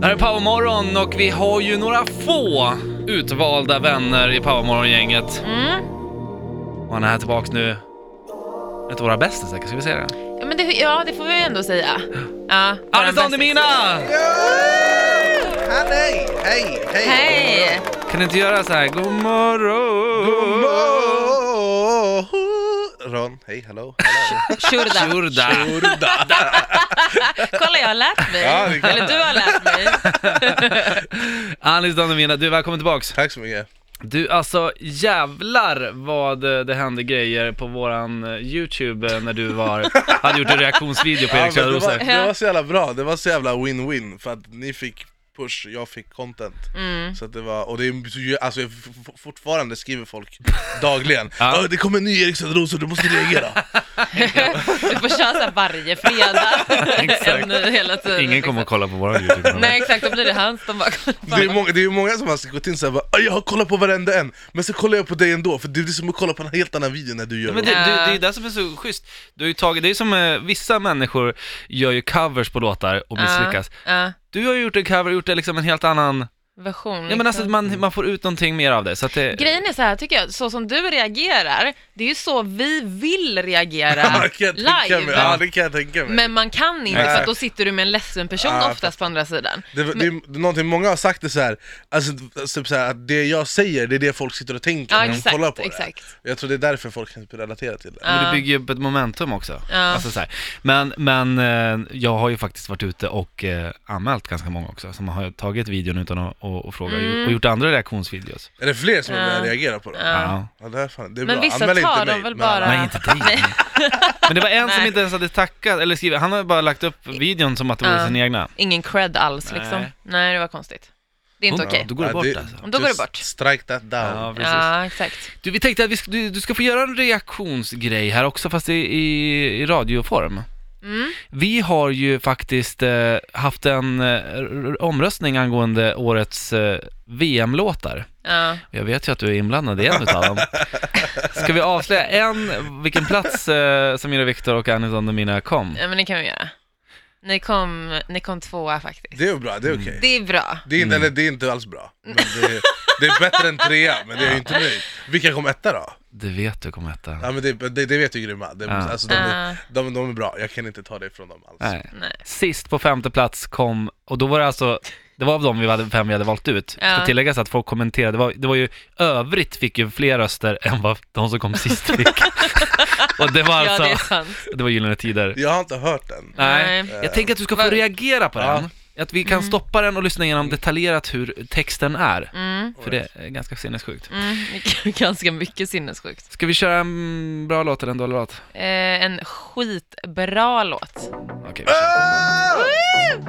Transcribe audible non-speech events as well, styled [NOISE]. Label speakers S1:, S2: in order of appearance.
S1: Det här är Powermorgon och vi har ju några få utvalda vänner i Powermorgon-gänget.
S2: Mm.
S1: Och han är här tillbaks nu. En av våra bästa säkert, ska vi säga det?
S2: Ja, men det, ja, det får vi ändå säga. Ja,
S1: Alexander Mina!
S3: Hej, hej, hej!
S2: Hej!
S1: Kan du inte göra så här? God morgon!
S3: Ron, hej, hallå, hallå.
S2: Shurda.
S1: Shurda!
S2: Kolla, jag har lärt mig.
S3: Ja, det kan
S2: Eller du har lärt mig.
S1: [LAUGHS] Alexander Mina, du välkommen tillbaks.
S3: Tack så mycket.
S1: Du, alltså jävlar vad eh, det hände grejer på våran eh, YouTube eh, när du
S3: [LAUGHS]
S1: var, hade gjort en reaktionsvideo på
S3: Ja,
S1: Erik
S3: men det,
S1: Söderos.
S3: var, det var så jävla bra, det var så jävla win-win för att ni fick push, jag fick content. Så att det var, och det är, så ju- alltså, jag f- f- fortfarande skriver folk dagligen
S1: Ja.
S3: "Åh, Det kommer en ny Erik Söderos och du måste reagera.
S2: Du får köra så här varje fredag.
S1: Exakt.
S2: En ny hela tiden.
S1: Ingen kommer att kolla på
S3: [LAUGHS]
S1: våran YouTube.
S2: Exakt. Nej, exakt. Då blir det hans. De bara
S3: det, är många, det är många som har gått in såhär bara, "Åh, jag har kollat på varenda en, men så kollar jag på dig ändå för det är som att kolla på en helt annan video när du gör
S1: Men
S3: det. [LAUGHS]
S1: det, det, det är
S2: Eh.
S1: ju det som är så schysst. Du har ju tagit, det är som eh, vissa människor gör ju covers på låtar och misslyckas.
S2: Ja,
S1: Du har ju gjort en cover, gjort det liksom en helt annan,
S2: ja. version.
S1: ja men alltså
S2: liksom.
S1: man, man får ut någonting mer av det. Så att det,
S2: Grejen är så här tycker jag, så som du reagerar, det är ju så vi vill
S3: [LAUGHS]
S2: reagera
S3: det kan jag tänka mig.
S2: live.
S3: Ja, det kan jag tänka mig.
S2: Men man kan inte
S3: Nej.
S2: för att då sitter du med en ledsen person
S3: Ja,
S2: oftast på andra sidan.
S3: Det, det, är någonting många har sagt det så här, alltså, typ så här, att det jag säger det är det folk sitter och tänker
S2: Ja,
S3: när de
S2: exakt,
S3: kollar på
S2: exakt.
S3: det. Jag tror det är därför folk kan typ relatera till det.
S1: Men
S2: Ja.
S1: det bygger ju upp ett momentum också.
S2: Ja.
S1: Alltså så här. Men, men eh, jag har ju faktiskt varit ute och eh, anmält ganska många också, som har tagit videon utan att och, och fråga och gjort andra reaktionsvideos.
S3: Är det fler som
S2: Ja.
S3: börjar reagera på det?
S2: Mm. Ja.
S3: Ja, det, är fan, det är
S2: Men
S3: bra.
S2: vissa
S3: Anmäl
S2: tar
S3: inte
S2: dem
S3: mig,
S2: väl
S3: men alla.
S2: bara-
S1: Nej, inte dig. Men det var en som
S2: Nej.
S1: inte ens hade tackat, eller skrivit, han har bara lagt upp videon som att det vore
S2: Ja.
S1: sin egna.
S2: Ingen cred alls liksom.
S1: Nej.
S2: Nej, det var konstigt. Det är inte
S1: Då-
S2: okej.
S1: Då går det
S3: Ja,
S1: bort alltså.
S2: Då går det bort.
S3: Just Strike that down.
S1: Ja, precis.
S2: Ja, exakt.
S1: Du, vi tänkte att vi, sk- du, du ska få göra en reaktionsgrej här också, fast i, i, i radioform.
S2: Mm.
S1: Vi har ju faktiskt eh, haft en eh, r- r- omröstning angående årets eh, VM-låtar.
S2: Ja.
S1: Jag vet ju att du är inblandad i en utav dem. Ska vi avslöja en, vilken plats eh, Samira Viktor och Anison och Mina kom?
S2: ja, men det kan vi göra. Ni kom, ni kom tvåa faktiskt.
S3: Det är ju bra,
S1: Mm.
S3: det är okej.
S2: Det är bra.
S3: Det, är inte, eller, det är inte alls bra. Men det, det är bättre än trea, men det är ju inte nöjd. Vilka kom etta då?
S1: Det vet du kommer etta.
S3: Ja, men det, det, det vet ju grymma. Det,
S1: Ja.
S3: alltså, de,
S2: Ja.
S3: är, de, de är bra, jag kan inte ta det ifrån dem alls.
S1: Nej.
S2: Nej.
S1: Sist på femte plats kom, och då var det alltså, det var av de vi hade, fem vi hade valt ut.
S2: Ja.
S1: Ska tilläggas att folk kommenterade, det var, det var ju, övrigt fick ju fler röster än vad de som kom sist
S2: [LAUGHS]
S1: fick. och det var
S2: Ja,
S1: alltså,
S2: det är sant.
S1: det, var Gyllene Tider.
S3: Jag har inte hört den.
S1: Nej.
S2: Nej. Mm.
S1: Jag tänker att du ska få
S2: Var-
S1: reagera på
S3: Ja.
S1: den. Att vi kan stoppa den och lyssna igenom detaljerat hur texten är.
S2: Mm,
S1: För det är ganska sinnessjukt.
S2: mm. [LAUGHS] Ganska mycket sinnessjukt.
S1: Ska vi köra en bra låt eller en dålig låt?
S2: Eh, en skitbra låt.
S1: Okej, vi kör.
S3: Ah!